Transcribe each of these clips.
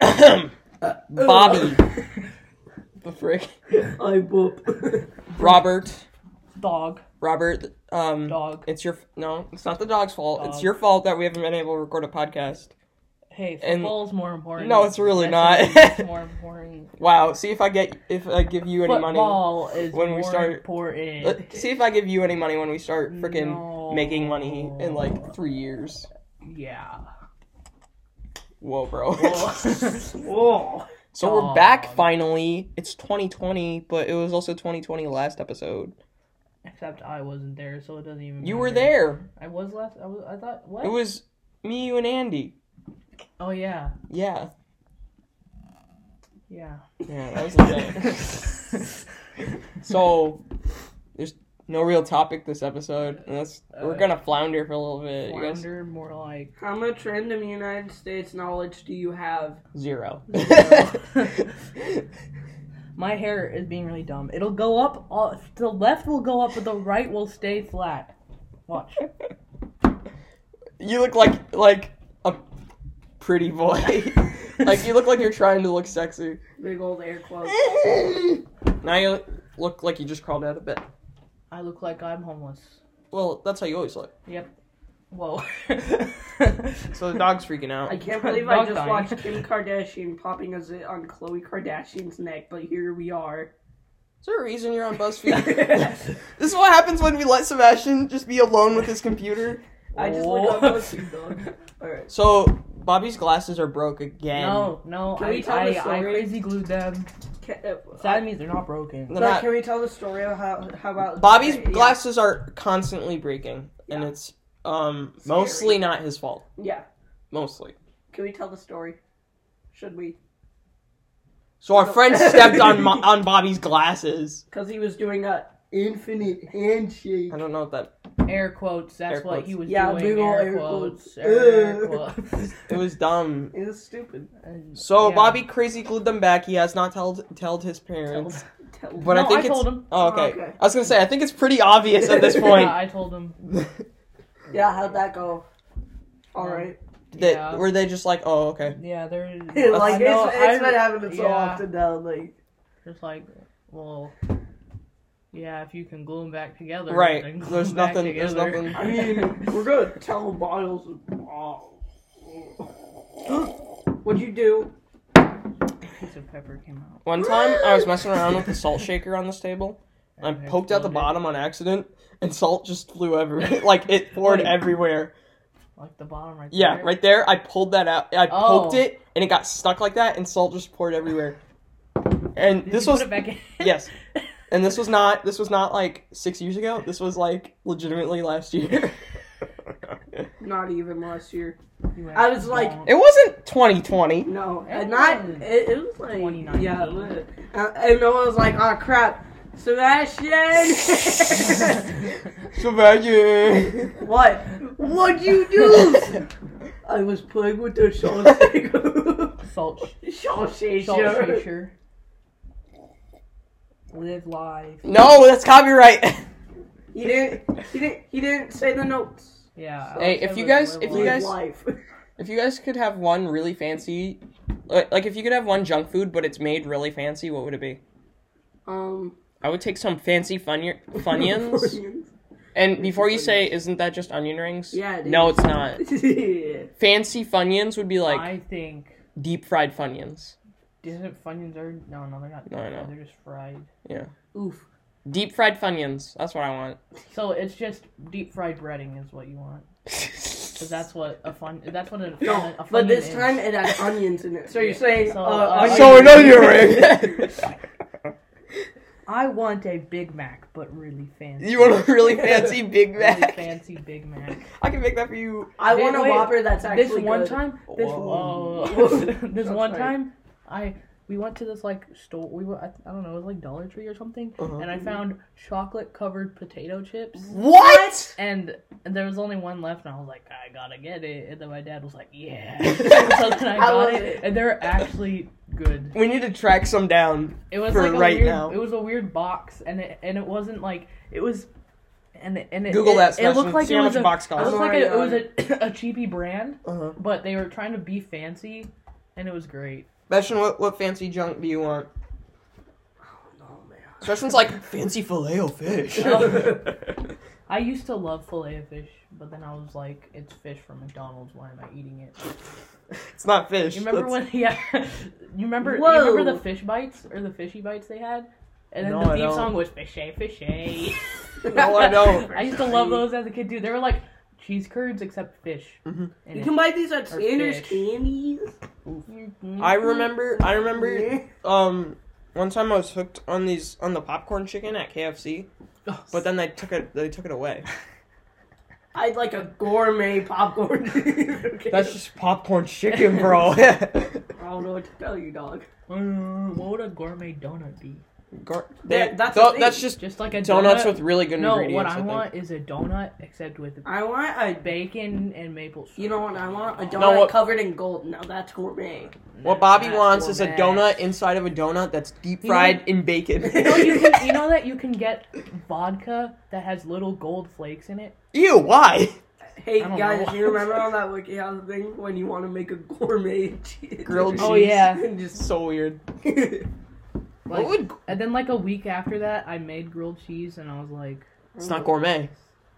Bobby. the frick. I whoop. Robert. Dog. Robert. Um, Dog. It's your no. It's not the dog's fault. It's Dog. your fault that we haven't been able to record a podcast. Hey, And- football's more important. No, it's really not. Basketball is more important. Wow. See if I get if I give you any money. Football is when more we start- important. Uh, See if I give you any money when we start freaking No. making money in like three years. Yeah. Whoa, bro. Whoa. so we're back finally. It's 2020, but it was also 2020 last episode. Except I wasn't there, so it doesn't even. You were matter. there. I was last. I was. I thought. Mm-hmm. What? It was me, you, and Andy. Oh yeah. Yeah. Yeah. Yeah, that was the thing. so there's no real topic this episode. And that's we're gonna flounder for a little bit. You guys- Flounder, more like. How much random United States knowledge do you have? Zero. My hair is being really dumb. It'll go up. All, the left will go up, but the right will stay flat. Watch. you look like like a pretty boy. like you look like you're trying to look sexy. Big old air quotes. Now you look like you just crawled out of bed. I look like I'm homeless. Well, that's how you always look. Yep. Whoa. So the dog's freaking I out. can't believe I Dog just dying. watched Kim Kardashian popping a zit on Khloe Kardashian's neck, but here we are. Is there a reason you're on BuzzFeed? this is what happens when we let Sebastian just be alone with his computer. I just Whoa. look up BuzzFeed, dog. Alright. So Bobby's glasses are broke again. no, no. Can I, we tell I, the I story? crazy glued them. Ca- uh, So that means they're not broken. They're Doug, not- can we tell the story of how, how about Bobby's yeah, glasses are constantly breaking, and Yeah. it's um Scary. mostly not his fault. Yeah. Mostly. Can we tell the story? Should we? So our friend stepped on Mo- on Bobby's glasses. Because he was doing a infinite handshake. I don't know what that. Air quotes. That's Air what quotes. he was Yeah, doing. big ol' air, air quotes. quotes. Air, Ugh. quotes. It was dumb. It was stupid. And- So yeah. Bobby crazy glued them back. He has not told told his parents. Tell- But I No, think I it's. told him. Oh, okay. Oh, okay. I was gonna say I think it's pretty obvious at this point Yeah, I told him. yeah, how'd that go? Alright. that Yeah. were they just like, oh, okay. Yeah, they're like, I know, it's, it's I- been happening so yeah, often now. Like, Just like, well, yeah, if you can glue them back together, Right. then glue There's 'em back nothing- there's together. nothing- I mean, we're gonna tell Miles. Oh. What'd you do? a piece of pepper came out. One time I was messing around with the salt shaker on this table. I and poked out the exploded. bottom on accident, and salt just flew everywhere. like it poured Wait. everywhere. like the bottom right. Yeah, there. right there. I pulled that out. I poked Oh. it, and it got stuck like that, and salt just poured everywhere. And Did this you was put it back in? yes, and this was not this was not like six years ago. This was like legitimately last year. Not even last year. You I was like- don't. it wasn't 2020. No, That and not. was It, it was like 2019. yeah, it was. Uh, and no one was like, "Oh crap, Sebastian, Sebastian. what? What'd you do?" I was playing with the Shawshank. salt, Shawshank. salt Shawshank. fisher. Live life. no, that's copyright. He didn't. He didn't. He didn't say the notes. Yeah. Hey, Alex if you said guys- live if you Live life. guys- life. If you guys could have one really fancy, like like if you could have one junk food, but it's made really fancy, what would it be? Um. I would take some fancy funy- funyuns. and before you say, isn't that just onion rings? Yeah, it No, is. it's not. yeah. Fancy funyuns would be like I think deep fried funyuns. isn't Funyuns are no, no, they're not. No, I know. They're just fried. Oof. Deep fried funyuns. That's what I want. So it's just deep fried breading is what you want. Cause that's what a fun. That's what a fun. No, a but fun this is. time it had onions in it. So you're saying So, uh, uh, onion- So an onion ring. I want a Big Mac, but really fancy. you want a really fancy Big really Mac? fancy Big Mac. I can make that for you. I Wait, want a wait. Whopper that's actually This one good. time, this Whoa. whoa. this That's one right. time, I we went to this like store. We were I, I don't know, it was like Dollar Tree or something, Uh-huh. and I found chocolate covered potato chips. What? And there was only one left, and I was like, I gotta get it. And then my dad was like, Yeah. so then I I got love it, it. and they're actually good. We need to track some down. It was for like a right weird, now. It was a weird box, and it and it wasn't like it was, and it, and it, Google it, that, It Sebastian, looked like see it how was much a, a box it costs. looked like Sorry, a, it was a, a cheapy brand, Uh-huh. but they were trying to be fancy, and it was great. Sebastian, what, what fancy junk do you want? Oh man. Sebastian's like, fancy filet o fish. Oh. I used to love filet of fish, but then I was like, it's fish from McDonald's. Why am I eating it? it's not fish. You remember that's- when? Yeah. You remember? Whoa. You remember the fish bites or the fishy bites they had? And then No, the I theme don't. song was fishy, fishy. No, I don't. I used to love those as a kid too. They were like cheese curds except fish. Mhm. And You it- can buy these at Or Sanders fish. Candies. mm-hmm. I remember. I remember. Yeah. Um, one time I was hooked on these on the popcorn chicken at KFC, but then they took it. They took it away. I'd like a gourmet popcorn. okay. That's just popcorn chicken, bro. Gar- I don't know what to tell you, dog. Mm, what would a gourmet donut be? they- That- that's tho- the that's thing. just Just like a donuts donut. with really good no, ingredients. what I think. want is a donut except with I want a. bacon and maple. Syrup. You know what I want? A donut No, what- covered in gold. Now that's gourmet. What Bobby That's wants is a gourmet. donut inside of a donut that's deep You know- fried in bacon. You know, you, can, you know that you can get vodka that has little gold flakes in it. Ew, why? Hey I don't guys, know. you remember on that Wiki House thing when you want to make a gourmet cheese? Grilled Oh, cheese. yeah. And just So weird. Like, what would? And then like a week after that, I made grilled cheese, and I was like, It's not gourmet.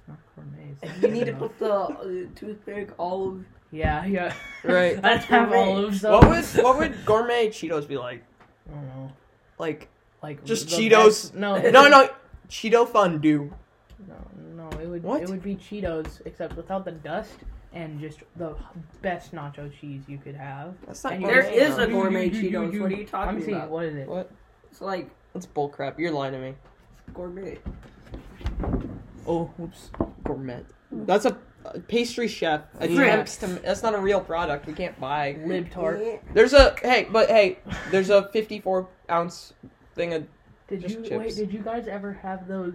not gourmet. it's not You need to enough." put the uh, toothpick olive. Yeah, yeah. Right. I'd have Gourmet. olives. What would what would gourmet Cheetos be like? I don't know. Like Like Just the Cheetos. best- No, it- no no Cheeto fondue. no, no. It would What? it would be Cheetos except without the dust and just the best nacho cheese you could have. That's not And you gourmet. There is though. a gourmet Cheetos. What are you talking I'm seeing about? what is it? what? It's like That's bullcrap. You're lying to me. gourmet. Oh, whoops. Gourmet. That's a, a pastry chef attempts to. That's not a real product. We can't buy. Libtard. There's a hey, but hey, there's a 54 ounce thing of Did Just you chips. wait? Did you guys ever have those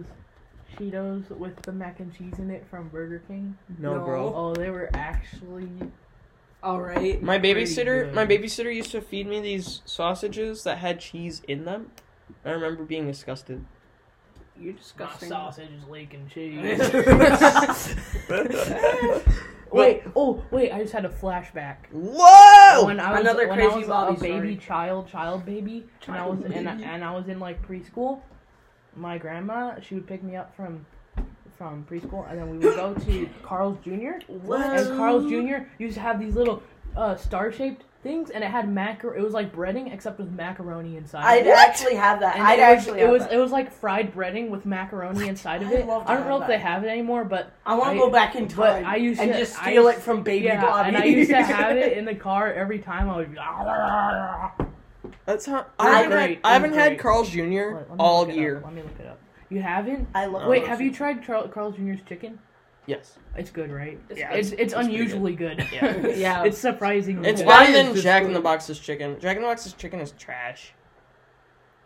Cheetos with the mac and cheese in it from Burger King? no, No. bro. Oh, they were actually All right. My Pretty babysitter, good. my babysitter used to feed me these sausages that had cheese in them. I remember being disgusted. You're disgusting. is leaking cheese. Whoa! wait, oh wait, I just had a flashback. when I was, Oh, Another when crazy I was Bobby a baby story. child, child baby, and Child I was and I, baby. and I was in like preschool. My grandma, she would pick me up from from preschool, and then we would go to Carl's Jr. What? And Carl's Jr. used to have these little uh, star shaped things, and it had macar. It was like breading except with macaroni inside. I'd it. actually have that. And I'd it was, actually it have was that. it was like fried breading with macaroni inside of I'd it. love to I don't know have if they that. have it anymore, but I want I- to go back in but time I used and to- just I steal used- it from Baby yeah, Bobby. and I used to have it in the car every time I would. Be, That's how It was I haven't great. had, It I haven't was had great. Carl's Jr. Wait, let me all look it up. year. Let me look it up. You haven't? I love. Wait, those have you tried Char- Carl Jr.'s chicken? Yes. It's good, right? Yeah, it's, it's, it's pretty unusually good. Yeah. things. yeah. it's surprisingly It's good. why better is than this Jack in food- the Box's chicken. Jack in the Box's chicken is trash.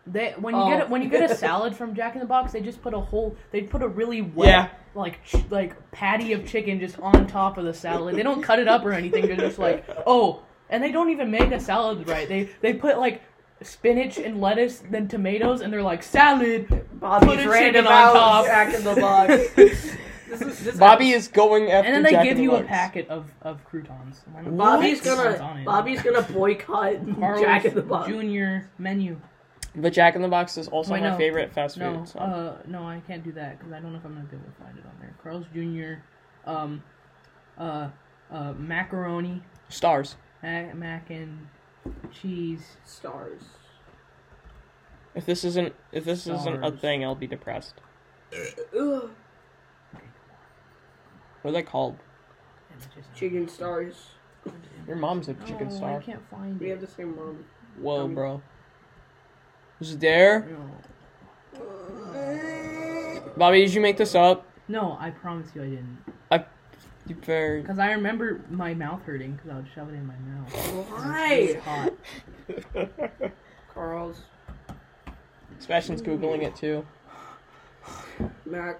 They, when you Oh. get it, when you get a salad from Jack in the Box, they just put a whole they put a really wet Yeah. like ch- like patty of chicken just on top of the salad. They don't cut it up or anything. They're just like oh, and they don't even make a salad right. They they put like spinach and lettuce, then tomatoes, and they're like salad. Put a Bobby's chicken random on top. out Jack in the Box. This is- this is- Bobby is going after. And then they Jack give in the you a Box. packet of, of croutons. Why not? Bobby's Put croutons on gonna it. Bobby's gonna boycott Carl's Jack in the Box. Junior menu. But Jack in the Box is also Wait, my no. favorite fast food. No, so. uh, no, I can't do that because I don't know if I'm gonna be able to find it on there. Carl's Junior, um, uh, uh, macaroni, Stars. mac, mac and cheese. Stars. If this isn't if this isn't a Stars. thing, I'll be depressed. Ugh. What are they called? And it just- Chicken stars. Your mom's a No, chicken Oh, I star. can't find We have it. the same mom. Whoa, Um, bro. Is it there? No. Bobby, did you make this up? no, I promise you I didn't. You very Because I remember my mouth hurting because I would shove it in my mouth. Why? Hot. Carl's Sebastian's googling it too. macaroni.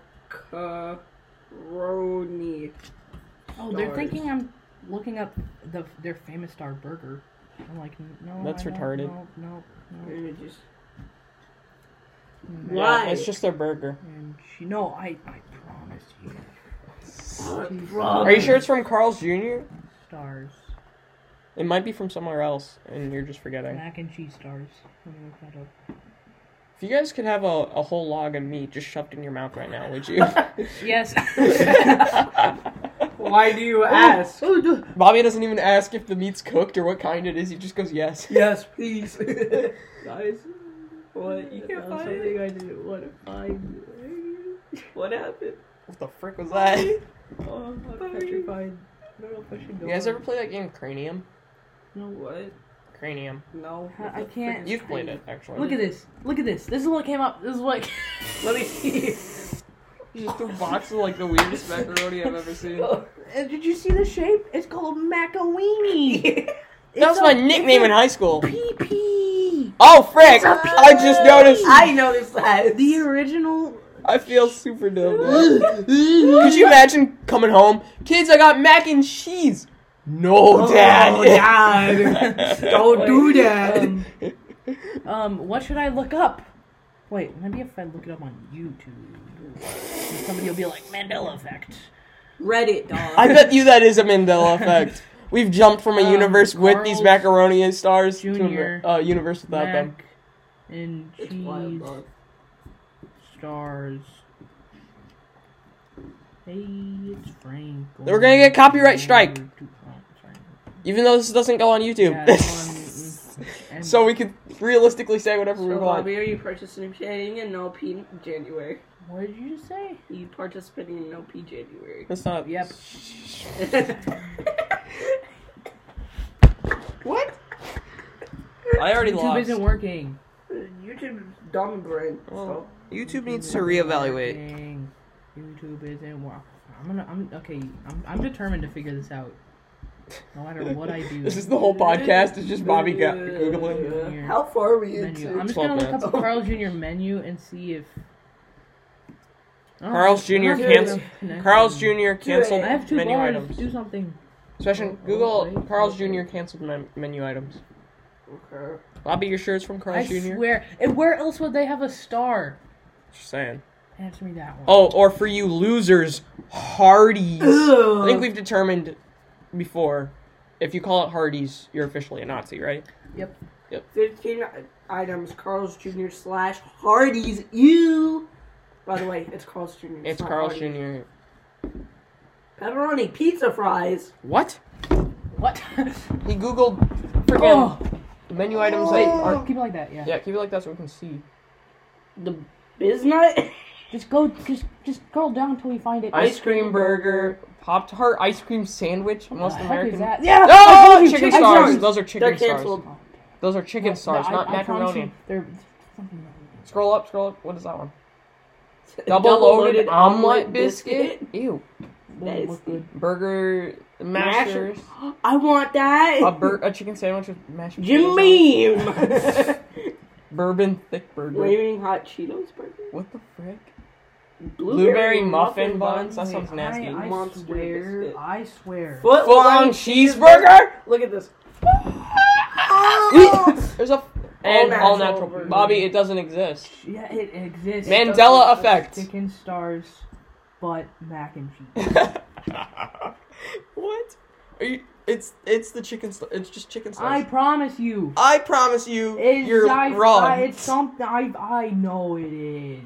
Oh, they're Stars. thinking I'm looking up the their famous star burger. I'm like, n- no, That's I don't- retarded. No, no, no. And it just- Mm. Why? Yeah, it's just their burger. And she, no, I, I promise you, Are you sure it's from Carl's Jr.? stars. It might be from somewhere else, and you're just forgetting. Mac and cheese stars. Let me look that up. If you guys could have a, a whole log of meat just shoved in your mouth right now, would you? Yes. Why do you ask? Bobby doesn't even ask if the meat's cooked or what kind it is. He just goes, yes. yes, please. Guys, what? You can't Found find something it. I didn't want to find. it. What happened? What the frick was that? You Oh, Bye. I'm petrified. I don't know if I should go. guys on. ever play that game Cranium? No, what? Cranium. No. I- what I the can't- frick You've played it, actually. Look at this. Look at this. This is what came up. This is what. Let me see. Just a box of like the weirdest macaroni I've ever seen. And Did you see the shape? It's called a macaroni. That was my nickname in high school. Pee pee. Oh frick! I just noticed. I noticed that. The original. I feel super dumb. now. Could you imagine coming home, kids? I got mac and cheese. No, Oh, dad. Dad. Don't do that. Um, um, what should I look up? Wait, maybe if I look it up on YouTube, somebody will be like Mandela effect. Reddit, dog. I bet you that is a Mandela effect. We've jumped from a Um, universe with these Carl's macaroni stars Junior. to a uh, universe without them. Mac and It's wild, cheese dog. stars. Hey, it's Frank. We're gonna get copyright strike. Even though this doesn't go on YouTube, Yeah, it's And so we could realistically say whatever we So, want. Bobby, are you participating in No P January? What did you just say? You participating in No P January? That's not. Yep. what? I already YouTube lost. isn't working. YouTube is dumb and brain. Well, YouTube needs to isn't reevaluate. working. YouTube isn't working. I'm gonna. I'm okay. I'm. I'm determined to figure this out. No matter what I do. This is the whole podcast. It's just Bobby go- googling. Uh, How far are we menu. I'm into? just gonna look minutes. up Carl Jr. menu and see if. I don't Carl's know. I don't Jr. know if cancel- there's no Carl's connection. Jr. canceled Jr. I have two menu bars. items. Do something. Sebastian, Oh, Google wait. Carl's Jr. canceled men- menu items. Okay. Bobby, your shirt's from Carl's I Jr. swear. And where else would they have a star? Just saying. Answer me that one. Oh, or for you losers, Hardee's. I think we've determined before, if you call it Hardee's, you're officially a Nazi, right? Yep. 15 items Carl's Jr. slash Hardy's. You. By the way, it's Carl's Jr. It's not Carl's Hardee's. Jr. Pepperoni pizza fries. What? What? He Googled freaking oh, menu items wait. that are Keep it like that. Yeah. Yeah, keep it like that so we can see. The biznut. Just go. Just just scroll down until we find it. Ice cream burger, Pop Tart ice cream sandwich, most What the heck American. is that? Yeah. No, I told you, chicken stars. stars. Those are They're chicken stars. canceled. Those are chicken stars, No, I- not I promise macaroni. you, They're fucking- Scroll up, scroll up. What is that one? Double, Double loaded, loaded omelet omelet biscuit. Ew. Doesn't is- look good. Burger mashers. I want that. A, bur- a chicken sandwich with mashed potatoes on it. Jimmy. Bourbon thick burger. Flaming hot Cheetos burger. What the frick? Blueberry, Blueberry muffin buns. That sounds Wait, nasty. I, I Monster swear. biscuit. I swear. Foot Full on cheeseburger. Look at this. Oh. There's a and all natural natural. burger. Bobby, it doesn't exist. Yeah, it exists. Mandela It doesn't- effect. Chicken stars, but mac and cheese. what? Are you? It's it's the chicken. St- it's just chicken I stars. promise you. I, promise you, It's, you're I, wrong. I, it's something I I know it is.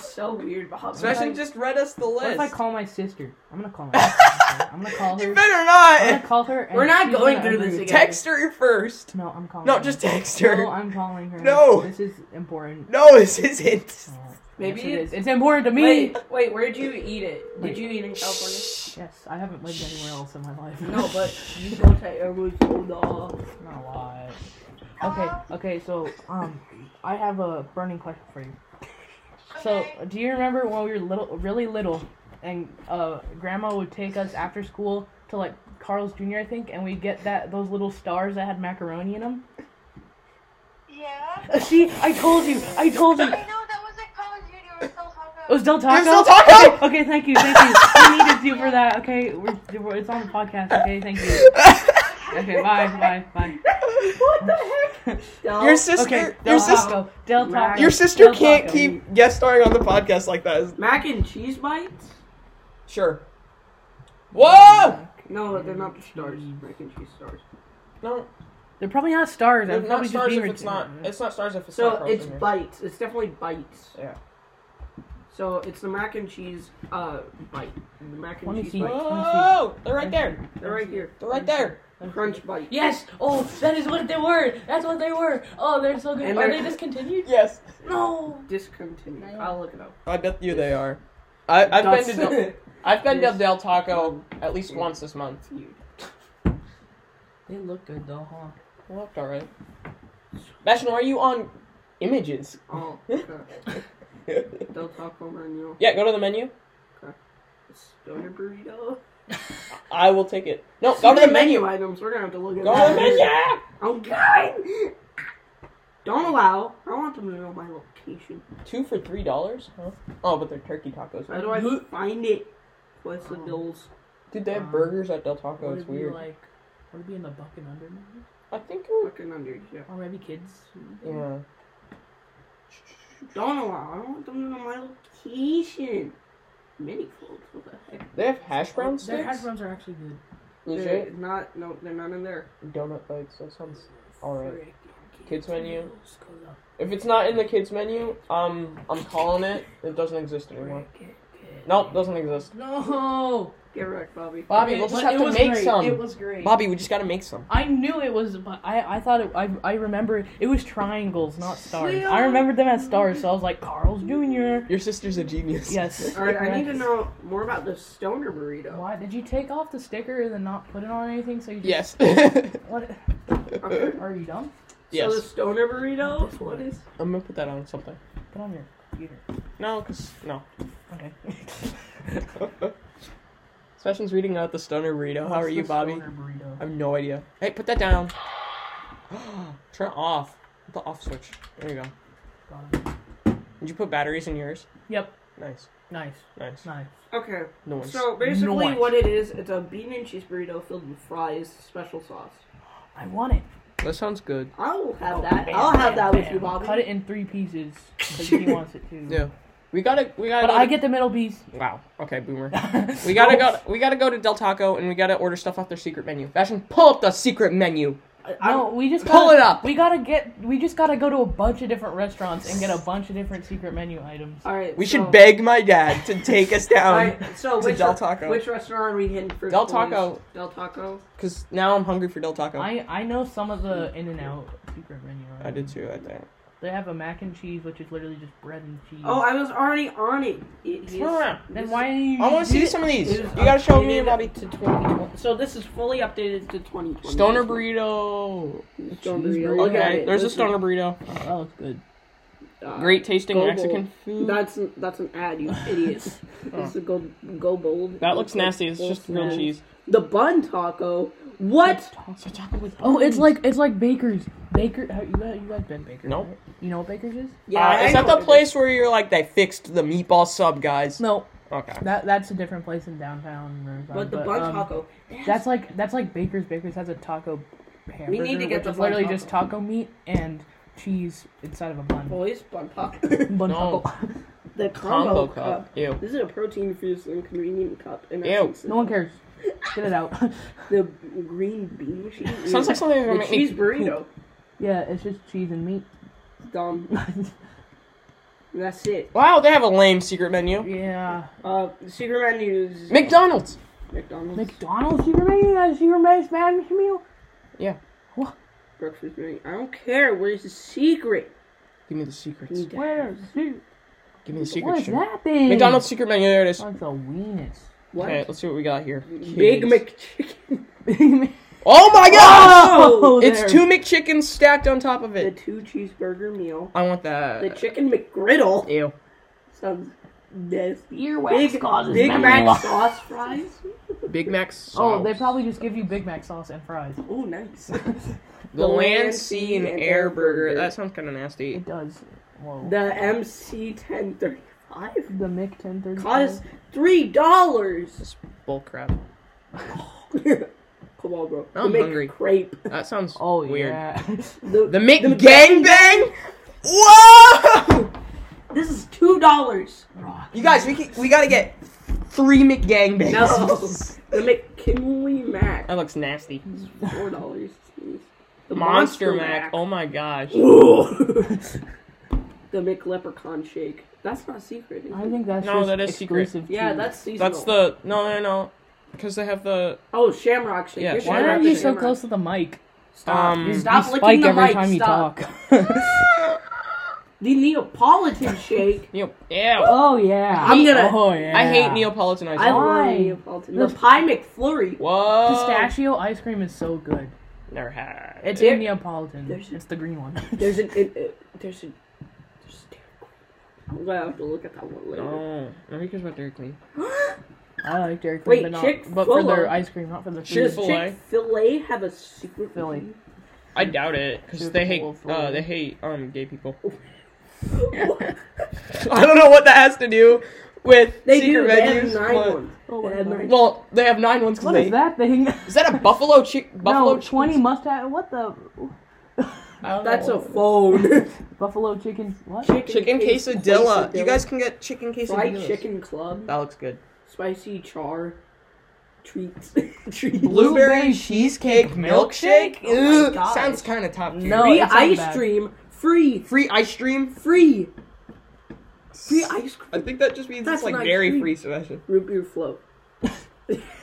So weird, Bob. Sebastian just read us the list. What if I call my sister? I'm gonna call her. Okay, I'm gonna call you her. better I'm gonna not. call her. and We're not she's going gonna through agree this with again. me. Text her first. No, I'm calling. No, her. just text Oh, No, her. I'm calling her. No. this is important. No, this isn't. Oh, yes, Maybe it it's- is. It's important to me. Wait, wait, where'd you eat it? Did Wait. you eat in California? Yes, I haven't lived anywhere else in my life. No, but you go to Airways Bulldog. Not a lot. Okay, okay, so um, I have a burning question for you. So, do you remember when we were little, really little, and uh, Grandma would take us after school to like Carl's Jr. I think, and we'd get that those little stars that had macaroni in them. Yeah. Uh, see, I told you, I told you. I know that was at college uni. We were still talking It was Del Taco. Del Taco! Okay, okay, thank you, thank you. I needed you for that. Okay, we're, we're- it's on the podcast. Okay, thank you. Okay, bye, bye, What the heck? Your sister, bye. Okay, your Del sister, Taco, Del Taco. your sister Del can't Taco. keep guest starring on the podcast like that. Mac and cheese bites? Sure. Whoa! No, they're not the stars. Mac and cheese stars. No, They're probably not stars. they're I'm not probably just stars being if it's not. ridiculous. It's not stars if it's not. So Carl's it's Jr. bites. It's definitely bites. Yeah. So it's the mac and cheese uh bite. The mac Let me and cheese see. bite. Whoa! They're right there. They're right here. They're right there. Crunch bite. Yes. Oh, that is what they were. That's what they were. Oh, they're so good. And Are they're- they discontinued? Yes. No. Discontinued. I'll look it up. I bet you they are. I, I've been to Del, I've been Yes. to Del Taco at least once this month. They look good though, huh? It Looked all right. National, are you on images? Oh, okay. yeah, Del Taco menu. go to the menu. Stoner burrito. I will take it. No, So go to the many menu. items. We're gonna have to look at Go to that. the menu. Oh God! Don't allow. I want them to know my location. Two for three dollars? Huh? Oh, but they're turkey tacos. How Right? do I find it? What's the bills? Dude, they have Um, burgers at Del Taco. Oh, Would It's it be weird. like? Would it be in the bucket under? Maybe? I think. it would- Fucking under here. Or maybe kids? Mm-hmm. Yeah. Don't allow. I want them to know my location. Mini folds. What the heck? They have hash brown Their hash sticks. browns are actually good. They're not. No, they're not in there. Donut bites. That sounds alright. Frickin' Kids menu. meals, 'cause I'm If it's not in the kids menu, um, I'm calling it. It doesn't exist anymore. frickin' kid. Nope, doesn't exist. No. Get wrecked, Bobby. Bobby, Okay, we'll just but have it to was make great. some. It was great. Bobby, we just gotta make some. I knew it was, but I, I thought it, I, I remember it was triangles, not stars. I remembered them as stars, so I was like, Carl's Jr. Your sister's a genius. Yes. All right, I need to know more about the stoner burrito. Why did you take off the sticker and then not put it on anything? So you just, Yes. What Okay. are you dumb? yes. So the stoner burrito. What is? I'm gonna put that on something. Put on your computer. No, cause no. Okay. Sebastian's reading out the stoner burrito. How are What's you, the Bobby? stoner burrito? I have no idea. Hey, put that down. Turn it off. Put the off switch. There you go. Got it. Did you put batteries in yours? Yep. Nice. Nice. Nice. Nice. Okay. No one's. So basically, Nice. what it is, it's a bean and cheese burrito filled with fries, special sauce. I want it. that sounds good. I'll Oh, have that. I'll have that with you, Bobby. Cut it in three pieces because he wants it too. Yeah. We gotta. We gotta. But go I to- get the middle piece. Wow. Okay, boomer. We gotta go. we gotta go to Del Taco and we gotta order stuff off their secret menu. Fashion, pull up the secret menu. No, we just Pull gotta, it up. We gotta get. We just gotta go to a bunch of different restaurants and get a bunch of different secret menu items. All right. We so, should beg my dad to take us All down. right. So Um, to which Del Taco. which restaurant are we hitting first? Del boys? Taco. Del Taco. Cause now I'm hungry for Del Taco. I, I I know some of the In and Out secret menu. Items. did too. I think. They have a mac and cheese, which is literally just bread and cheese. Oh, I was already on it. It is- then why didn't you? I want to see some of these. You gotta show me and Bobby Bobby. to 2020. So this is fully updated to 2020. Stoner burrito. Stoner Cheese burrito. burrito. Look at Okay, it. there's a This is, stoner burrito. Oh, that looks good. uh, Great tasting Go Mexican food. That's an, that's an ad, you idiots. It's a go go bold. that looks like nasty. It's full just grilled snack. cheese. The bun taco. What? It's a taco with. Oh, it's like it's like Baker's. Baker, have you guys, you guys been Baker? Nope. right? You know what Baker's is? Uh, I is that know the it place where you're like they fixed the meatball sub, guys? No, Okay. that that's a different place in downtown. Riverside, But the bun um, taco. That's like that's like Baker's. Baker's has a taco hamburger. need to get which the is bun literally taco. Oh. just taco meat and cheese inside of a bun. Boys, bun taco. Bun No. taco. the Combo combo, cup. Ew. This is a protein-infused and convenient cup. And Ew. No one cares. Get it out. The green bean machine. Sounds like something that's the gonna make me cheese burrito. yeah, it's just cheese and meat. Dumb. That's it. Wow, they have a lame secret menu. yeah. Uh, secret menus. McDonald's. McDonald's McDonald's secret menu has secret menu Spanish meal. breakfast menu. I don't care. Where's the secret? Give me the secrets. Need to Where's Give me the what secret is shit. that thing? McDonald's secret menu. There it is. That's a weenus. What? Okay, let's see what we got here. Big Kids. McChicken. Oh my god! Oh, it's there. two McChickens stacked on top of The it. two cheeseburger meal. I want that. The chicken McGriddle. Ew. Sounds nasty. Earwax Big, causes Big memory Mac loss. sauce fries. Big Mac. Sauce. Oh, they probably just give you Big Mac sauce and fries. Oh, nice. the land, sea, and air burger. That sounds kind of nasty. It does. Whoa. The, The MC ten thirty five the Mick 1030. costs three dollars. Bull crap. Come on, bro. I'm the Mc hungry. Crepe. That sounds Oh, weird. yeah. The The, Mick gangbang. Whoa! this is two dollars. You guys, we can, we gotta get three McGangbangs. No. the McKinley Mac. That looks nasty. Four dollars. The Monster, Mac. Oh my gosh. the McLeprechaun shake. That's not secret. Is I it? think that's No, just that is secret. exclusive. Yeah, to- that's seasonal. That's the no no no, because they have the oh Shamrock shake. Yeah, Your why Why Shamrock are you Shake. so close to the mic? Stop. Um, You- Mm. Stop you licking spike the every mic. time you Stop. talk. The Neapolitan shake. Neo. Yeah. oh yeah. I'm gonna- Oh yeah. I hate Neapolitan ice I cream. love Why? Neapolitan. The pie McFlurry. Whoa. Pistachio ice cream is so good. Never had. It's There- in Neapolitan. there's- It's the green one. There's an. It, it, there's an. There's a Dairy Queen. I'm gonna have to look at that one later. No, nobody cares about Dairy Queen. I like Dairy Queen, Wait, but, not, Chick-fil-A. but for their ice cream, not for the Chick- food. Does Chick-fil-A. Chick Fil A have a secret Philly. menu? I doubt it, because Super they hate Bowl for uh, you. they hate um gay people. What? I don't know what that has to do with They secret do. They have menus. nine but- ones. Oh, They have what? nine- Well, they have nine ones. 'cause What they, is that thing? Is that a buffalo chick? Buffalo no, twenty chickens? must have. What the? I don't That's know. a phone. Buffalo chicken. What? chicken case- quesadilla. You guys can get chicken fried quesadilla. chicken club, That looks good. spicy char, treats, treats. Blueberry cheesecake milkshake. Oh my Ugh, gosh. sounds kind of top tier. No. free it's not ice bad. cream, free, Free ice cream. free, free ice cream. I think that just means That's it's like not dairy cheap. free session. Root beer float.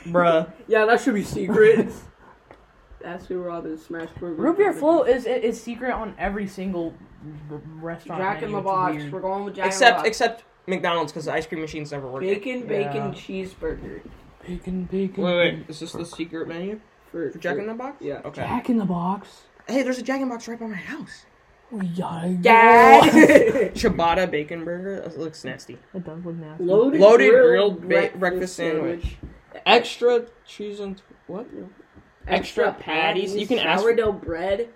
Bruh. Yeah, that should be secret. Baskin Robbins smash burger. Root beer float is is secret on every single r- restaurant. Jack menu. in the It's Box. weird. We're going with Jack Except in the Box. except McDonald's because the ice cream machines never work. bacon, bacon Yeah. cheeseburger. Bacon, bacon. Wait, wait, is this the secret menu For, for Jack in the Box? Yeah. Okay. Jack in the Box. Hey, there's a Jack in the Box right by my house. Yikes. Dad. Ciabatta bacon burger. That looks nasty. That does look nasty. Loaded, Loaded grilled, grilled ba- breakfast, breakfast sandwich. sandwich. Extra cheese and what? Extra patties. You can ask- sourdough bread.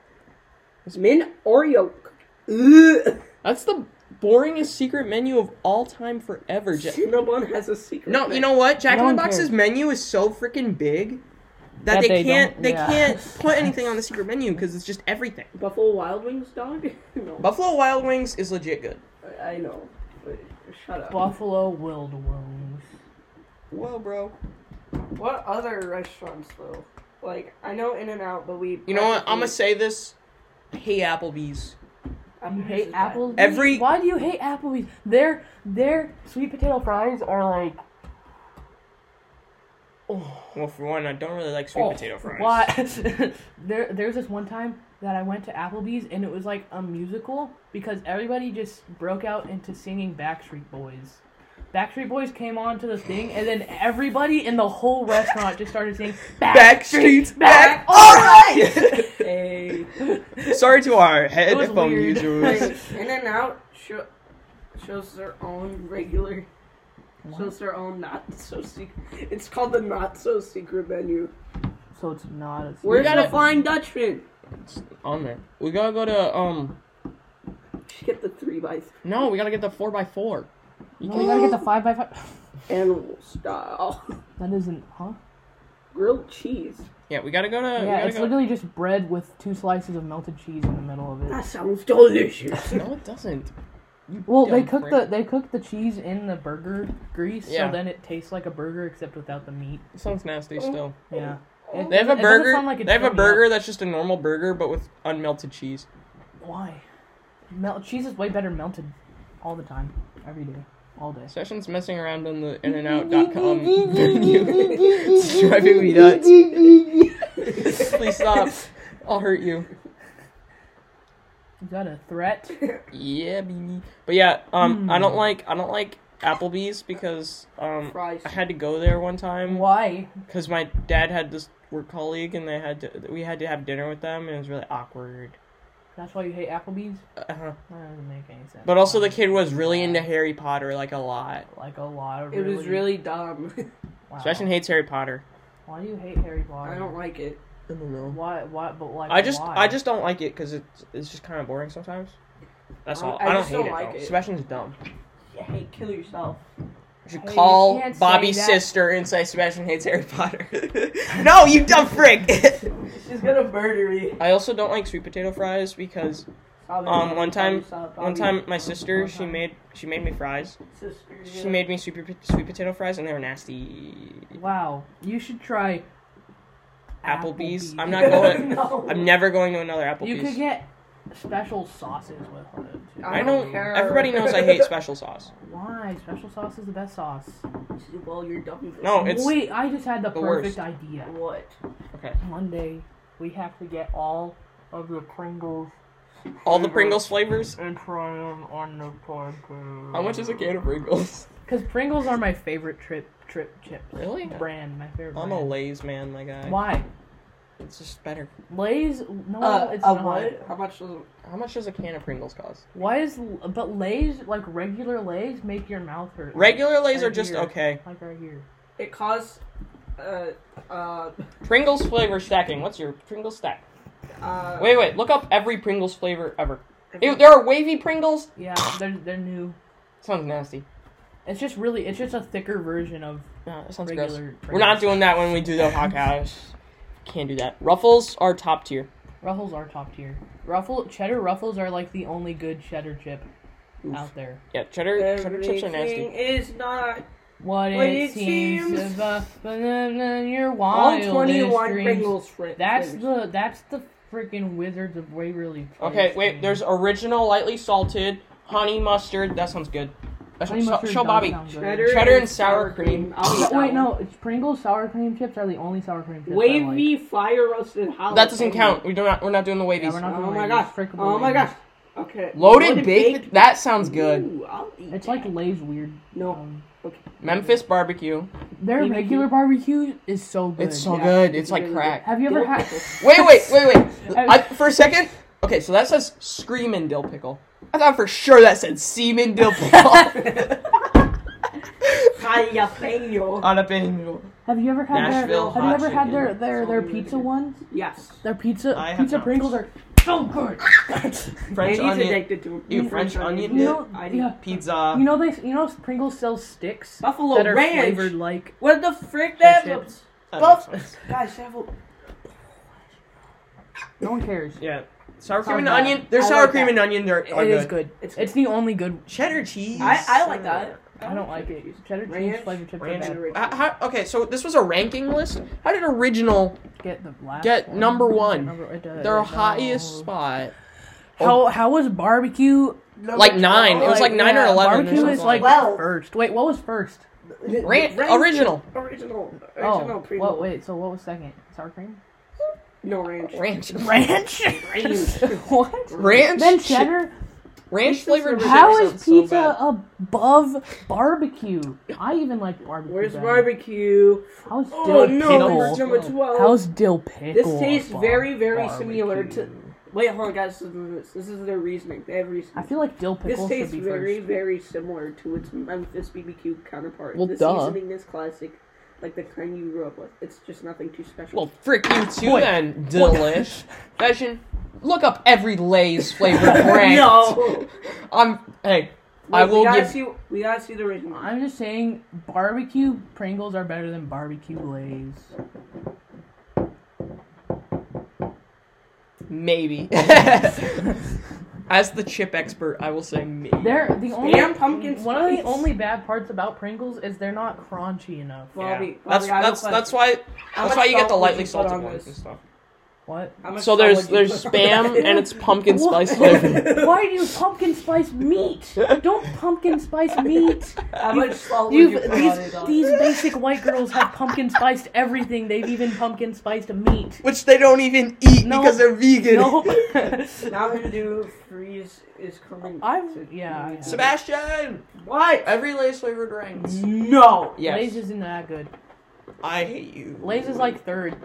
Min Oreo. Ugh. That's the boringest secret menu of all time forever. Ja- Cinnabon has a secret. No, you know what? Jack No in one the Box's cares. menu is so freaking big that, That they, they can't don't- they yeah. can't put anything on the secret menu because it's just everything. Buffalo Wild Wings dog. no, Buffalo Wild Wings is legit good. I- I know. But shut up. Buffalo Wild Wings. Whoa, bro. What other restaurants though? Like I know In and Out, but we. You know what? I'm gonna say this. I hate Applebee's. You hate Applebee's. Every- Why do you hate Applebee's? Their their sweet potato fries are like Well, for one, I don't really like sweet potato fries. Oh, Why? there, there's this one time that I went to Applebee's and it was like a musical because everybody just broke out into singing Backstreet Boys. Backstreet Boys came on to the thing and then everybody in the whole restaurant just started singing Backstreet Backstreet Back. Back. All All right. Hey. Sorry to our It was headphone weird. users. In and Out sho- shows their own regular. Shows their own not so secret. It's called the not so secret menu. so it's not. A Where's gotta- the Flying Dutchman? on there. We gotta go to um. Just get the three by three No, we gotta get the four by four. You No, can- we gotta get the five by five. animal style That isn't, huh? grilled cheese. Yeah, we gotta go to. we Yeah, Oh, gotta it's go- literally just bread with two slices of melted cheese in the middle of Ah, it. That sounds delicious. No, it doesn't. Well, they dumb cook prick. the they cook the cheese in the burger grease, Yeah. so then it tastes like a burger except without the meat. It sounds nasty still. Yeah. It- They have a it doesn't burger. sound like it they have a tripped me out. burger that's just a normal burger, but with unmelted cheese. Why? Mel- cheese is way better melted all the time, every day, all day. Sessions messing around on the InAndOut.com menu. it's driving me nuts. Please stop. I'll hurt you. Is that a threat? Yeah, baby. But yeah, um, I don't like I don't like Applebee's because um, Fries. I had to go there one time. Why? because my dad had this work colleague and they had to we had to have dinner with them and it was really awkward That's why you hate Applebee's? uh-huh. That doesn't make any sense. but also the kid was really into harry potter like a lot like a lot of. It was really dumb. Wow. Sebastian hates harry potter Why do you hate Harry Potter? I don't like it. i don't know Why? Why? But like. i just why? i just don't like it because it's it's just kind of boring sometimes that's I- all I i, don't just hate don't it, like though. it. sebastian's dumb Hey, kill yourself. you should Hey, you call can't say bobby's that. sister and say sebastian hates harry potter no you dumb frick She's gonna murder me. i also don't like sweet potato fries because Probably Um, one not. time- Probably solid. One Probably time, my sister she time. made she made me fries. sister, yeah. She made me sweet, po- sweet potato fries, and they were nasty. Wow, you should try Applebee's. I'm not going. No. I'm never going to another Applebee's. You could get special sauces with it. too. I I don't. don't care. Everybody knows I hate special sauce. Why? Special sauce is the best sauce. Well, you're dumb. No, it's Wait, I just had the, the perfect worst. idea. What? Monday, we have to get all of the Pringles all the Pringles flavors. and try them on the podcast. How much is a can of Pringles? Because Pringles are my favorite trip trip chip Really? brand. My favorite. I'm a brand. Lay's man, my guy. Why? It's just better. Lay's? No, Uh, Oh, it's a not. what? How much does it? How much does a can of Pringles cost? Why is but Lay's like regular Lay's make your mouth hurt? Regular Lay's Right are just here. okay. Like right here. It costs. Uh, uh, Pringles flavor stacking. What's your Pringles stack? uh. Wait, wait. Look up every Pringles flavor ever. if Ew, you- there are wavy Pringles. Yeah, they're they're new. Sounds nasty. It's just really it's just a thicker version of No, that sounds gross. regular. We're not doing that when we do the podcast. Can't do that. Ruffles are top tier. Ruffles are top tier. Ruffle cheddar ruffles are like the only good cheddar chip Oof. out there. Yeah, cheddar cheddar chips are Everything nasty. Is not. What Well, it, it seems, seems- of a banana, your All wildest twenty-one dreams. Pringles fri- That's flavors. the that's the freaking Wizards of Waverly. Place Okay, wait. thing. There's original, lightly salted, honey mustard. That sounds good. That Honey sounds- mustard show does Bobby. sound good. cheddar, Cheddar and sour cream. I'll eat Oh, that wait, one. no. It's Pringles sour cream chips are the only sour cream chips. I Wavy like. fire roasted jalapeno. That doesn't count. We do not. We're not doing the Yeah, wavies. we're not doing Oh my wavies, gosh. frickable Oh my wavies. gosh. Okay. Loaded, baked. That sounds good. Ooh, I'll eat It's like that. Lay's weird. no. Um, Memphis barbecue. their BBQ. regular barbecue is so good. It's so Yeah, good. it's It's like really crack. Have you ever Dill had? pickle. Wait, wait, wait, wait. I, for a second. Okay, so that says screamin' dill pickle. I thought for sure that said semen dill pickle. Jalapeno. On a bingo. Have you ever had Nashville their? Have you hot ever had chicken. their their, It's their all really pizza good. ones? Yes. Their pizza I have pizza not. Pringles are so good. French and he's onion. addicted to Ew, French onion You dip. know, I- yeah. Pizza. You know they. You know Pringles sells sticks Buffalo that are Ranch. flavored like. What the frick? They That have a, shit. That Buff- makes sense. guys, they have a, No one cares. Yeah. Sour cream Sounds and bad. onion. Their I sour like cream that. and onion are, are It good. is good. It's It's the only good. Cheddar cheese. I, I like that. I don't like it. Cheddar cheese Ranch, flavored chips are Ranch. better. Uh, how- okay, so this was a ranking list. How did original Get the last. Get one. number Get one. number- it does. their No. highest spot? How how was barbecue? Oh, Like nine. It was like nine or yeah, eleven. or Barbecue is something like Well- first. Wait, what was first? Ran- original. Original. Original Oh, Pringles. well, wait. So what was second? Sour cream. No ranch. ranch. Ranch. what? Ranch. Then cheddar. Ranch Pizza's flavored. the- How chips is sounds so pizza bad. above barbecue? I even like barbecue. Where's better. barbecue? How's dill Oh no, pickle. it's pickle? number twelve. How's dill pickle? This tastes above very, very barbecue? similar to. Wait, hold on, guys. This is, this is their reasoning. They have I reasoning. feel like dill This pickle should tastes be very, first. very similar to its um, Memphis BBQ counterpart. Well, the duh. seasoning is classic, like the kind you grew up with. It's just nothing too special. Well, frick you too Boy. then, delish. Fashion. Look up every Lay's flavored brand. no. I'm. Hey, I we will gotta give. see. We gotta see the original. I'm just saying, barbecue Pringles are better than barbecue Lay's. Maybe. As the chip expert, I will say maybe. They're the only Damn pumpkin one of the spice. only bad parts about Pringles is they're not crunchy enough. Yeah. Bobby, that's Bobby, I have a that's question. that's why How that's much why you get salt the would lightly you put salted on ones and this? stuff. What? How much So salt there's would you there's put on spam it? and it's pumpkin What? spice flavored. Why do you pumpkin spice meat? Don't pumpkin spice meat. How much salt would you You've, put on it? these, these basic white girls have pumpkin spiced everything. They've even pumpkin spiced meat. Which they don't even eat No. because they're vegan. No. Mountain Dew freeze is coming. I'm- to- yeah, I have. Sebastian! What? Every Lay's flavored ranks. No. Yes. Lay's isn't that good. I hate you. Lay's is like third.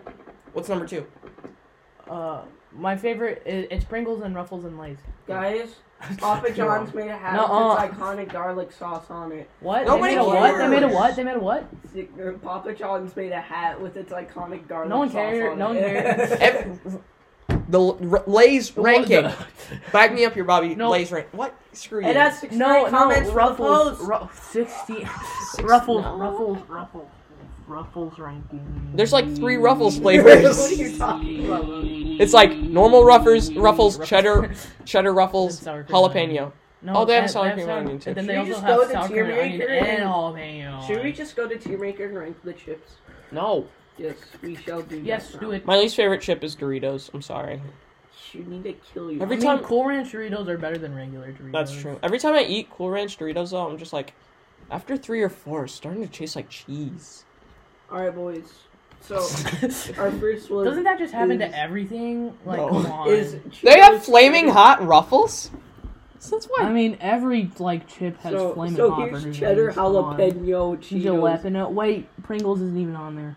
What's number two? Uh, my favorite is it's Pringles and Ruffles and Lay's. Guys, Papa John's made a hat Nuh-uh. with its iconic garlic sauce on it. What? Nobody they made a what? They made a cares. what? They made a what? See, uh, Papa John's made a hat with its iconic garlic No one sauce cares. on No one it. cares. Ev- the L- R- Lay's ranking. Back me up here, Bobby. No. Lay's rank. What? Screw you. It has six No, no, no, comments for the Ruffles. post. Ru- 60. Ruffles, Ruffles, Ruffles. Ruffles ranking. There's like three Ruffles what are flavors. you talking about? It's like normal Ruffles, Ruffles, cheddar, cheddar Ruffles, And sour cream onion. jalapeno. No, Oh, they have that- sour that's cream not- onion, too. And then they Should we also just go have to sour cream Tearmaker onion and and- jalapeno. Should we just go to tier maker and rank the chips? No, Yes, we shall do Yes, that. do it. my least favorite chip is Doritos. I'm sorry. You need to kill you. Every I time- mean, Cool Ranch Doritos are better than regular Doritos. That's true. Every time I eat Cool Ranch Doritos, though, I'm just like, after three or four, it's starting to taste like cheese. Alright, boys. So, our first one. Doesn't that just happen is- to everything? Like, No. come on. is They Cheetos have flaming Cheddar. hot Ruffles. So that's I why. mean, every like chip has So, flaming so hot here's burgers, cheddar come on. jalapeno Cheetos. Jalapeno. Wait, Pringles isn't even on there.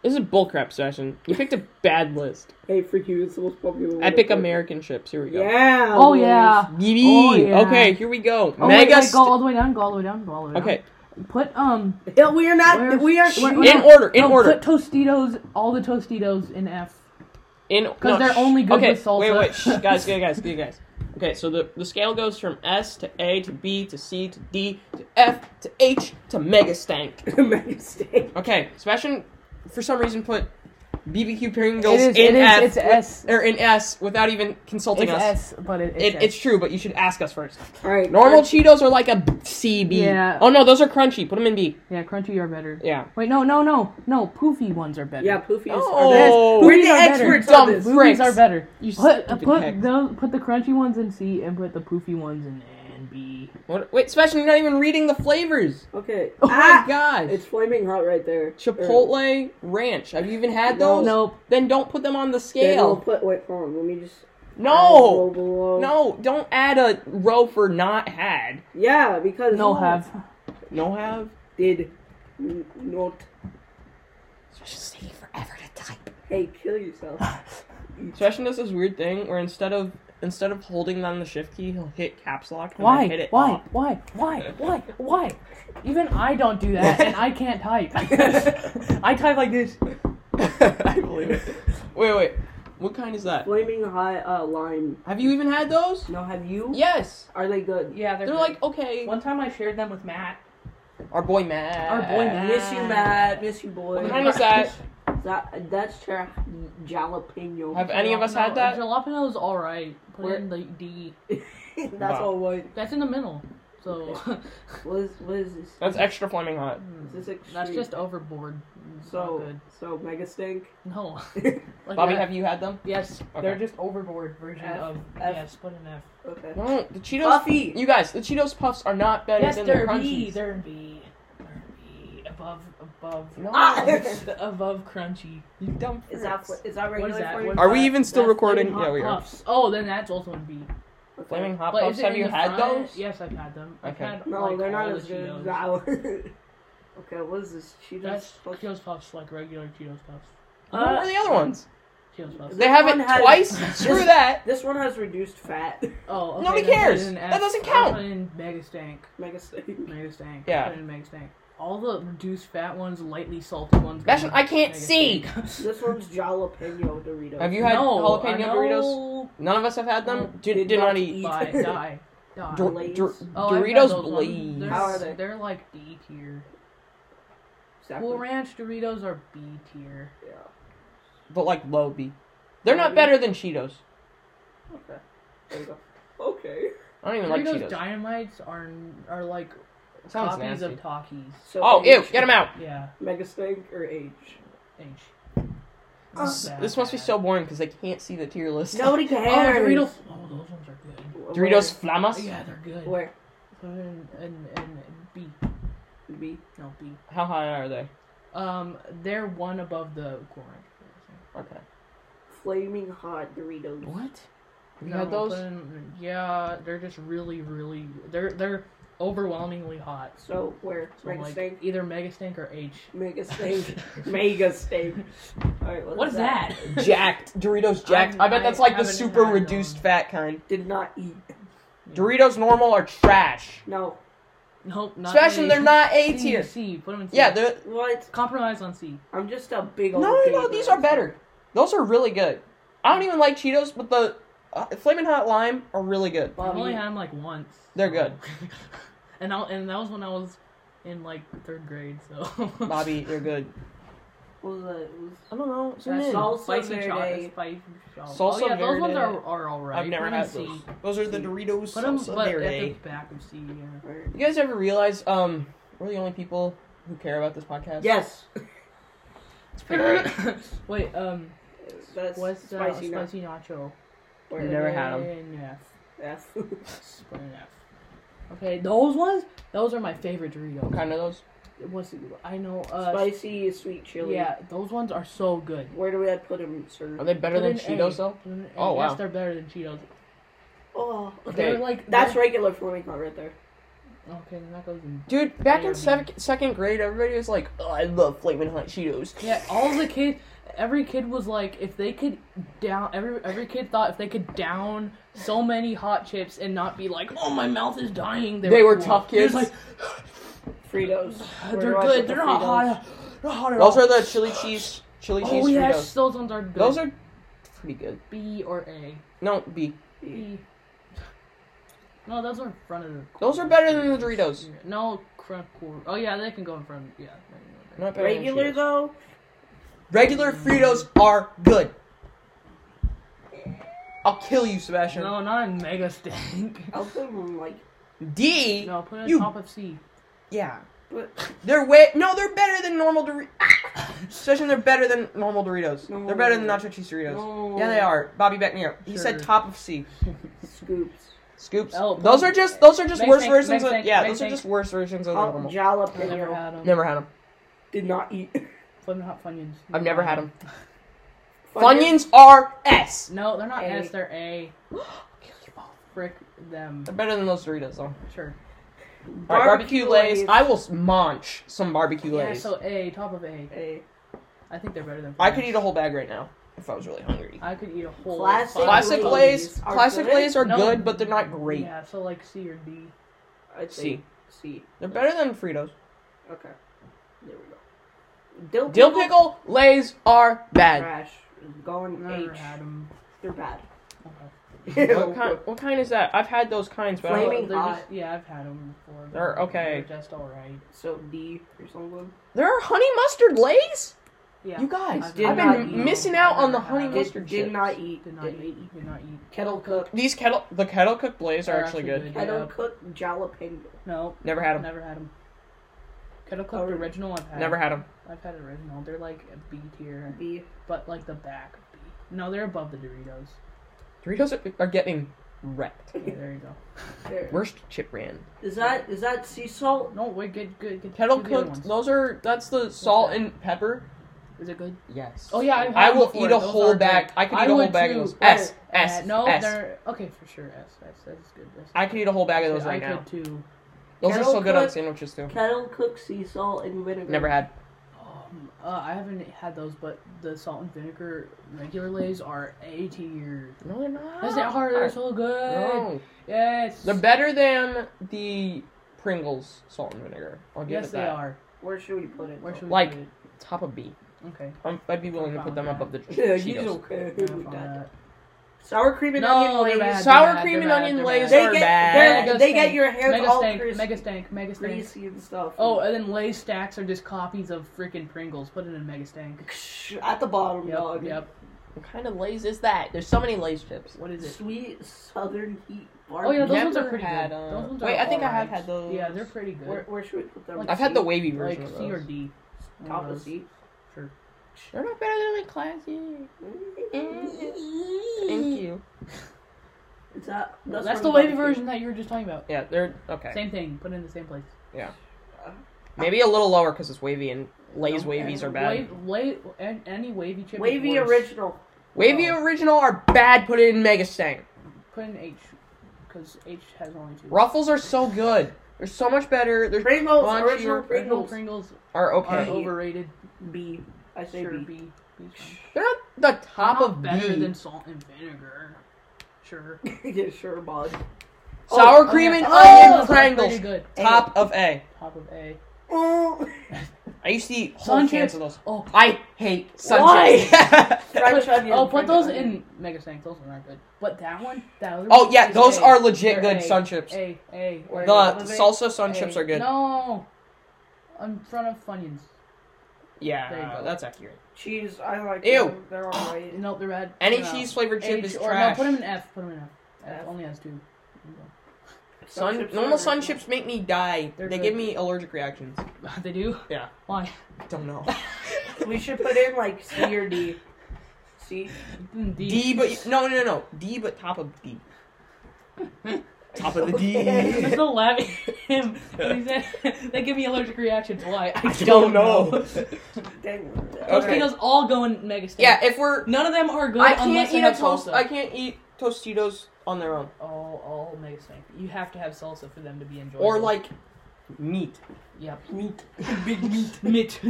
This is a bullcrap session. You picked a bad list. Hey, freak you! It's the most popular. one. Epic American chips. Here we go. Yeah. Oh boys. yeah. Yee. Oh, yeah. Okay, here we go. Oh, wait, Mega. wait, st- go all the way down. Go all the way down. Go all the way down. okay, Put um. Yeah, we are not. Where's- we are. where- shooting- where- in order. In no, order. Put Tostitos. All the Tostitos in F. In 'Cause they're only good okay, with salsa. Wait, wait, shh, guys, guys, guys, guys, guys. Okay, so the, the scale goes from S to A to B to C to D to F to H to mega stank. American steak. Okay, Sebastian, for some reason put BBQ Pringles It is. in It is. F It's S. or in S without even consulting It's us. S, but it, It, it's, it's true, but you should ask us first. All right. Normal Cheetos are like a C B. Yeah. Oh no, those are crunchy. Put them in B. Yeah, crunchy are better. Yeah. Wait, no, no, no, no. Poofy ones are better. Yeah, Poofy is. Oh. we're Poofies the are better. experts Dumb on this. fruit. Poofies Bricks. are better. You Put uh, stupid put heck. those, put the crunchy ones in C and put the poofy ones in A and B. What, wait, Sebastian, you're not even reading the flavors. Okay. Oh ah, my god. it's flaming hot right there. Chipotle ranch. Have you even had No. those? Nope. Then don't put them on the Then we'll scale. put. Wait, hold on. Let me just. Roll No. below. No, don't add a row for not had. Yeah, because No have. No have. did n- not. Sebastian's taking forever to type. Hey, kill yourself. Sebastian does this weird thing where instead of instead of holding down the shift key, he'll hit caps lock. And Then hit it Why? Why? up. Why? Why? Why? Why? Even I don't do that, and I can't type. I type like this. I believe it. Wait, wait. What kind is that? flaming hot uh, lime. Have you even had those? No, have you? Yes. Are they good? Yeah, They're like okay. One time I shared them with Matt. Our boy Matt. Our boy Matt. Miss you, Matt. Miss you, boy. What kind is that? That that's tra- jalapeno. Have any of us had that? Jalapeno's all right. Put Where- it in the D. that's all white. That's in the middle. So What is what is this? That's extra flaming hot. Is this extreme? that's just overboard. It's so not good. so mega stink. No. Like Bobby, that. have you had them? Yes, Okay. they're just overboard version F, of F. yes, put an F. Okay. No, the Cheetos. Buffy. You guys, the Cheetos puffs are not better Yes, than the they're B. crunchies. They're in B. They're in B. Above, above, No. above crunchy. you dumb. Is that fl- fruits. is that Ah! What is regular that? for you? What- Are we even that's still recording? Flaming Hot Yeah, we are. Puffs. Oh, then that's also in B. Okay. Flaming hot But puffs. is it Have in you the had front? those? Yes, I've had them. I've Okay. had No, like, they're not all as the good as Cheetos. that one. okay, what is this? Cheetos. That's Fuck- Cheetos puffs, like regular Cheetos puffs. what Uh, are the other ones? Cheetos puffs. They this have one it has- twice. Screw that. This one has reduced fat. Oh, okay, Nobody then put cares. it in That F. doesn't I'll count. Put it in mega stank. Mega stink. Mega stank. Yeah. Put it in mega stank. All the reduced fat ones, lightly salted ones. go Sebastian, in I can't mega see. stank. This one's jalapeno Doritos. Have you had No, jalapeno I know. Doritos? None of us have had them. Did, did, Did not not eat. Die, die, die. Dor- Blaze. Dor- Oh, I've had Doritos those ones. Blaze. They're, How are they? They're like D tier. Exactly. Cool Ranch Doritos are B tier. Yeah. But like low B. They're Low not B? better than Cheetos. Okay. There you go. Okay. I don't even like Doritos Cheetos. Dynamites are are like Sounds copies nasty. of Takis. So Oh, H. ew! Get them out. Yeah, Mega stink or H? H. Uh, Not that This must be Oh, bad. so boring because they can't see the tier list. Nobody Oh, Doritos. Oh, those ones are good. Oh, Doritos Flamas. Yeah, they're good. Where? Put it in, in, in, in B. where? B. No B. How high are they? Um, they're one above the Cool Ranch. Doritos. Okay. Flaming hot Doritos. What? Have you No, had those? put in- yeah, they're just really, really. They're they're overwhelmingly hot. So where? So Mega like stink. either mega stink or H. Mega stink. Mega stink. All right. What, What is that? jacked Doritos jacked. I'm- i bet that's like I the haven't super had reduced them. fat kind. Did not eat. Doritos normal are trash. No. Nope, not Especially A. they're not A C, tier. C, put them in C. Yeah, they're What? compromise on C. I'm just a big no, old. no, no. gamer. These are better. Those are really good. I don't even like Cheetos, but the uh, Flamin' Hot Lime are really good. I've Bobby, only had them like once. They're good. and I, and that was when I was in like third grade, so Bobby, you're good. What was that? It was I don't know. Zoom That's in. all- Salsa spicy verde. chocolate, spicy chocolate. Salsa oh yeah, those ones verde. are, are all right. I've never Put 'em had C. those. Those are the Doritos Put 'em- salsa but verde. at the back of C. Yeah. right. You guys ever realize um we're the only people who care about this podcast? Yes. it's pretty great. Wait, um, That's what's uh, spicy. spicy, now. nacho? I've never had 'em. Plain F. Yes. Plain F. Okay, those ones, those are my favorite Doritos. What kind of those? What's the, I know. Uh, spicy sweet chili. Yeah, those ones are so good. Where do I put them, sir? Are they better Put than in Cheetos A. though? Put in A. Oh, wow. Yes, they're better than Cheetos. Oh, Okay. They're like that's they're- regular formula right there. Okay, then that goes in. Dude, back Damn. in sec- second grade, everybody was like, "Oh, I love Flamin' Hot Cheetos." Yeah, all the kids, every kid was like, if they could down, every every kid thought if they could down so many hot chips and not be like, oh my mouth is dying. They were cool. tough They was kids. like, Fritos. Where they're do I put good. the They're not Fritos? hot. They're not hot at Those all. are the chili cheese, chili cheese Oh yes, Fritos. those ones are good. Those are pretty good. B or A. No, B. B. No, those are in front of the. Those are better than the Doritos. No, crunk cool. Oh yeah, they can go in front. Yeah. they can go in front. Not better than Regular Cheetos. though. Regular Fritos are good. I'll kill you, Sebastian. No, not in Mega Stink. I'll put them like. D. no, put it on You- top of C. Yeah. But They're way no, they're better than normal Doritos. Sebastian, they're better than normal Doritos. No. They're better than nacho cheese Doritos. No. Yeah, they are. Bobby, back me up. He Sure. said top of C. scoops. Scoops. Oh, those are just those are just Make worse sense, versions make of sense, yeah. make Those are sense. just worse versions of the Oh, normal. jalapeno. Never had them. Never had them. Did not eat. Flamin' Hot Funyuns. I've never had them. Funyuns? Funyuns are S. No, they're not A. S. They're A. Frick them. They're better than those Doritos though. Sure. All right, barbecue lays. I will s- munch some barbecue Yeah, lays. so A, top of A. Hey, I think they're better than. I could eat a whole bag right now if I was really hungry. I could eat a whole. Classic box. Classic Lays lays. are Classic good? lays are No. good, but they're not great. Yeah, so like C or D. I'd say C. C. They're better than Fritos. Okay. There we go. Dill, Dill pickle lays are bad. Trash. Going Never H. had them. They're bad. Okay. What kind? What kind is that? I've had those kinds, but I don't- Flaming Oh, they're hot. Just, yeah, I've had them before. They're okay. They're just all right. So D or something. there are honey mustard lays. Yeah. You guys, I've I've, did not eat been 'em. missing out on the I've honey had 'em. Did, mustard did shit. not eat. Did not eat. Did not eat. Kettle cook. These kettle the kettle cooked blaze are They're actually actually good. good. Kettle Yeah. cooked jalapeno. No, Never had them. never had them. Kettle cooked Oh, really? original. I've had. Never had them. I've had original. They're like a B tier, B. but like the back of B. No, they're above the Doritos. Doritos are, are getting wrecked. Yeah, there you go. There. Worst chip brand. Is that is that sea salt? No, wait, good, good, good. Kettle do the other cooked. ones. Those are that's the salt and pepper. Is it good? Yes. Oh yeah, I've had I them will before. eat a Those whole are bag. good. I could eat I a whole would bag too, of those. but- S S Uh, no, S. they're okay for sure. S, S, S is good. S. I could eat a whole bag of those I right now. could too. Those are Kettle so good on cooked- sandwiches too. Kettle cooked sea salt and vinegar. Never had. Um, uh, I haven't had those, but the salt and vinegar regular lays are A tier. No, they're not. Is it hard? They're so good. No. Yes. Oh. They're better than the Pringles salt and vinegar. I'll give Yes, it they that. are. Where should we put it? Where should we Like- put it? Top of B. Okay. I'm, I'd be willing to I'm put them fine with above the ch- Yeah, you Cheetos. don't care who Yeah, we fine. got. Sour cream and No, onion they're rings. bad. Sour they're cream and bad, onion they're lays bad. are They bad. get- Mega They get stank, your hands mega all stank, crisp. mega stank, mega stank. greasy and stuff. Oh, and then Lay's stacks are just copies of freaking Pringles. Put it in Mega Stank. at the bottom, Yep, dog. yep. What kind of lays is that? There's so many lays chips. What is it? Sweet Southern heat Oh barbecue. yeah, those Never ones are pretty had, good. uh, Those ones wait, are I think I have alright. had those. Yeah, they're pretty good. Where, where should we put them? Like I've had the C- wavy version like of C or those. D. One top of those. C. Sure. They're not better than like classy. Thank you. Is that That's, from the wavy barbecue. version that you were just talking about. Yeah, they're okay. Same thing. Put it in the same place. Maybe a little lower because it's wavy and Lay's Okay. wavies are bad. Wave, wave, an- any wavy chip. is Wavy worse. original. wavy Oh. original are bad. Put it in Mega Stang. Put in H, because H has only two. Ruffles are so good. They're so much better. They're Pringles, Munchier- original Pringles. Pringles are are okay. Oh. overrated. B. I say Sure, B. B. B's fine. They're not the top Not of better B. than salt and vinegar. Sure. yeah, sure, bud. Sour Oh, cream yeah. and Oh, onion those are pretty Pringles. good. Top of A. Top of A. Oh, I used to eat whole Sun cans chips. of those. Oh, I hate sun Why? chips. French Put- onion. oh, put French those onion. in Mega Stank. Those ones aren't good. But that one, that other oh one yeah, is those A. are legit They're good A. sun chips. A, A, The Where- salsa sun A. chips are good. No, in front of Funyuns. There you Yeah, go. that's accurate. Cheese, I like Ew. them. They're alright. No, they're red. Any No. cheese flavored chip H is or- trash. No, put him in F. Put him in F. F, F. only has two. Sun sun, chips normal are sun good. chips make me die. They're they good. give me allergic reactions. they do. Yeah. Why? I don't know. We should put in like C or D. C. Mm, D. D, but no, no, no, D, but top of D. top of the D. Just I don't laugh at him. He said, they give me allergic reactions. Why? I don't don't, know. Dang. Okay. Tostitos all go in mega stand. yeah, if we're None of them are good I can't unless they eat a have toast. salsa. I can't eat Tostitos on their own, all, all mega stand. You have to have salsa for them to be enjoyable. or like meat. Yep. Meat. Big meat. Meat.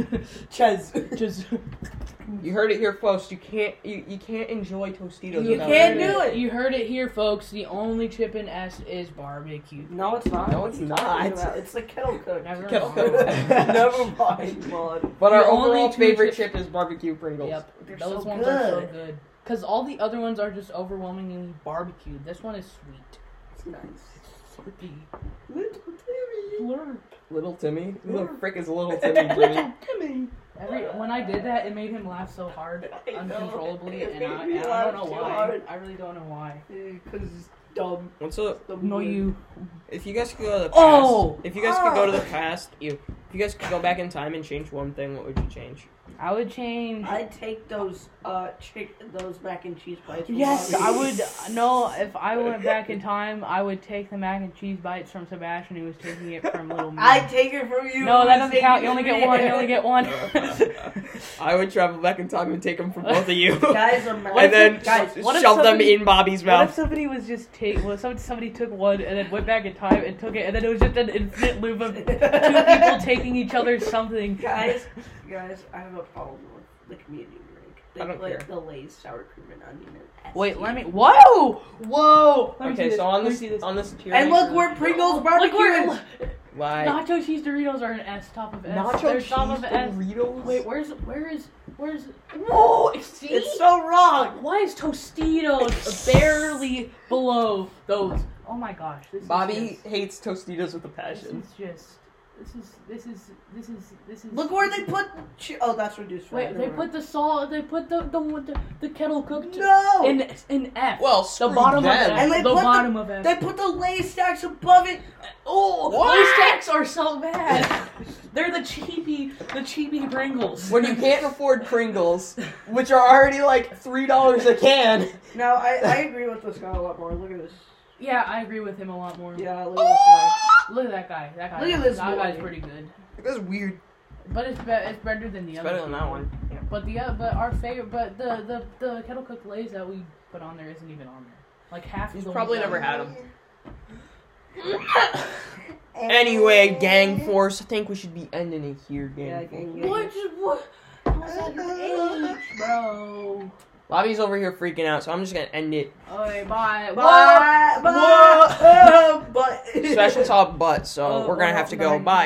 Ches. Just. You heard it here first. You can't. You, you can't enjoy Tostitos. You without can't it. do it. You heard it here, folks. The only chip in S is barbecue. No, it's not. No, it's What are you talking not. about? It's the kettle cook. Never Kettle mind. cooked. Never mind, Maud. But The our only overall two favorite chip- chip is barbecue Pringles. Yep. They're Those so ones are so good. good. Cause all the other ones are just overwhelmingly barbecued. This one is sweet. It's nice. Slurpy. Little Timmy. Blurp. Little Timmy. Who the frick is Little Timmy? Jimmy? Timmy. Every when I did that, it made him laugh so hard, I know. uncontrollably, It and I, made me and I laugh don't know too why. hard. I really don't know why. Because it's dumb. What's up? It's dumb No, word. you. If you guys could go to the past, Oh! if you guys could go to the past, you, if you guys could go back in time and change one thing, what would you change? I would change. I'd take those uh chick those mac and cheese bites. from Yes, Bobby. I would. No, if I went back in time, I would take the mac and cheese bites from Sebastian, who was taking it from Little Me. I take it from you. no, that You doesn't take count. it You only from get me. one. You only get one. I would travel back in time and take them from both of you, Guys, I'm and then guys, sh- what if shove them somebody- in Bobby's What if mouth. somebody was just take? Well, somebody, somebody took one and then went back in time and took it, and then it was just an infinite loop of two people taking each other something. guys, guys, I have a problem with the community drink. They I don't put care. the Lay's sour cream and onion. in it. Wait, let me. Whoa! Whoa! Let me see Okay, this. so on Let me this, see this. on this tier, And look where Pringles Look barbecue where is. why nacho cheese Doritos are an S top of S. nacho They're cheese top of S. Doritos? Wait, where's where is where's Whoa! See? It's so wrong. Why is Tostitos barely below those? Oh my gosh! This Bobby Is hates Tostitos with a just, this passion. is just. This is this is this is this is. Look where they put. Che- oh, that's reduced fat. Wait, they never put the salt. They put the the one- the, the kettle cooked No. in in F. Well, the screw bottom them. of And F. they the put the- bottom of F. mind. They put the Lay stacks above it. Oh, What? those steaks are so bad. They're the cheapy, the cheapy Pringles. When you can't afford Pringles, which are already like three dollars a can. No, I, I agree with this guy a lot more. Look at this. Yeah, I agree with him a lot more. Yeah, Oh look at this guy. Oh! Look at that guy. That guy. Look at this That guy's boy. pretty good. That's weird. But it's be- it's better than the other. Better than that people. one. But the uh, but our favorite, but the the the kettle cooked lays that we put on there isn't even on there. Like half. of He's the ones probably that never we- had them. Anyway, gang force, I think we should be ending it here, gang. Yeah, force. gang, gang. What? just- What? How's that your age, bro? Bobby's over here freaking out, so I'm just gonna end it. Alright, bye. Bye. Bye. Whoa. Uh, but Sebastian saw a butt, so Oh, we're gonna oh, have to go. nine. Bye.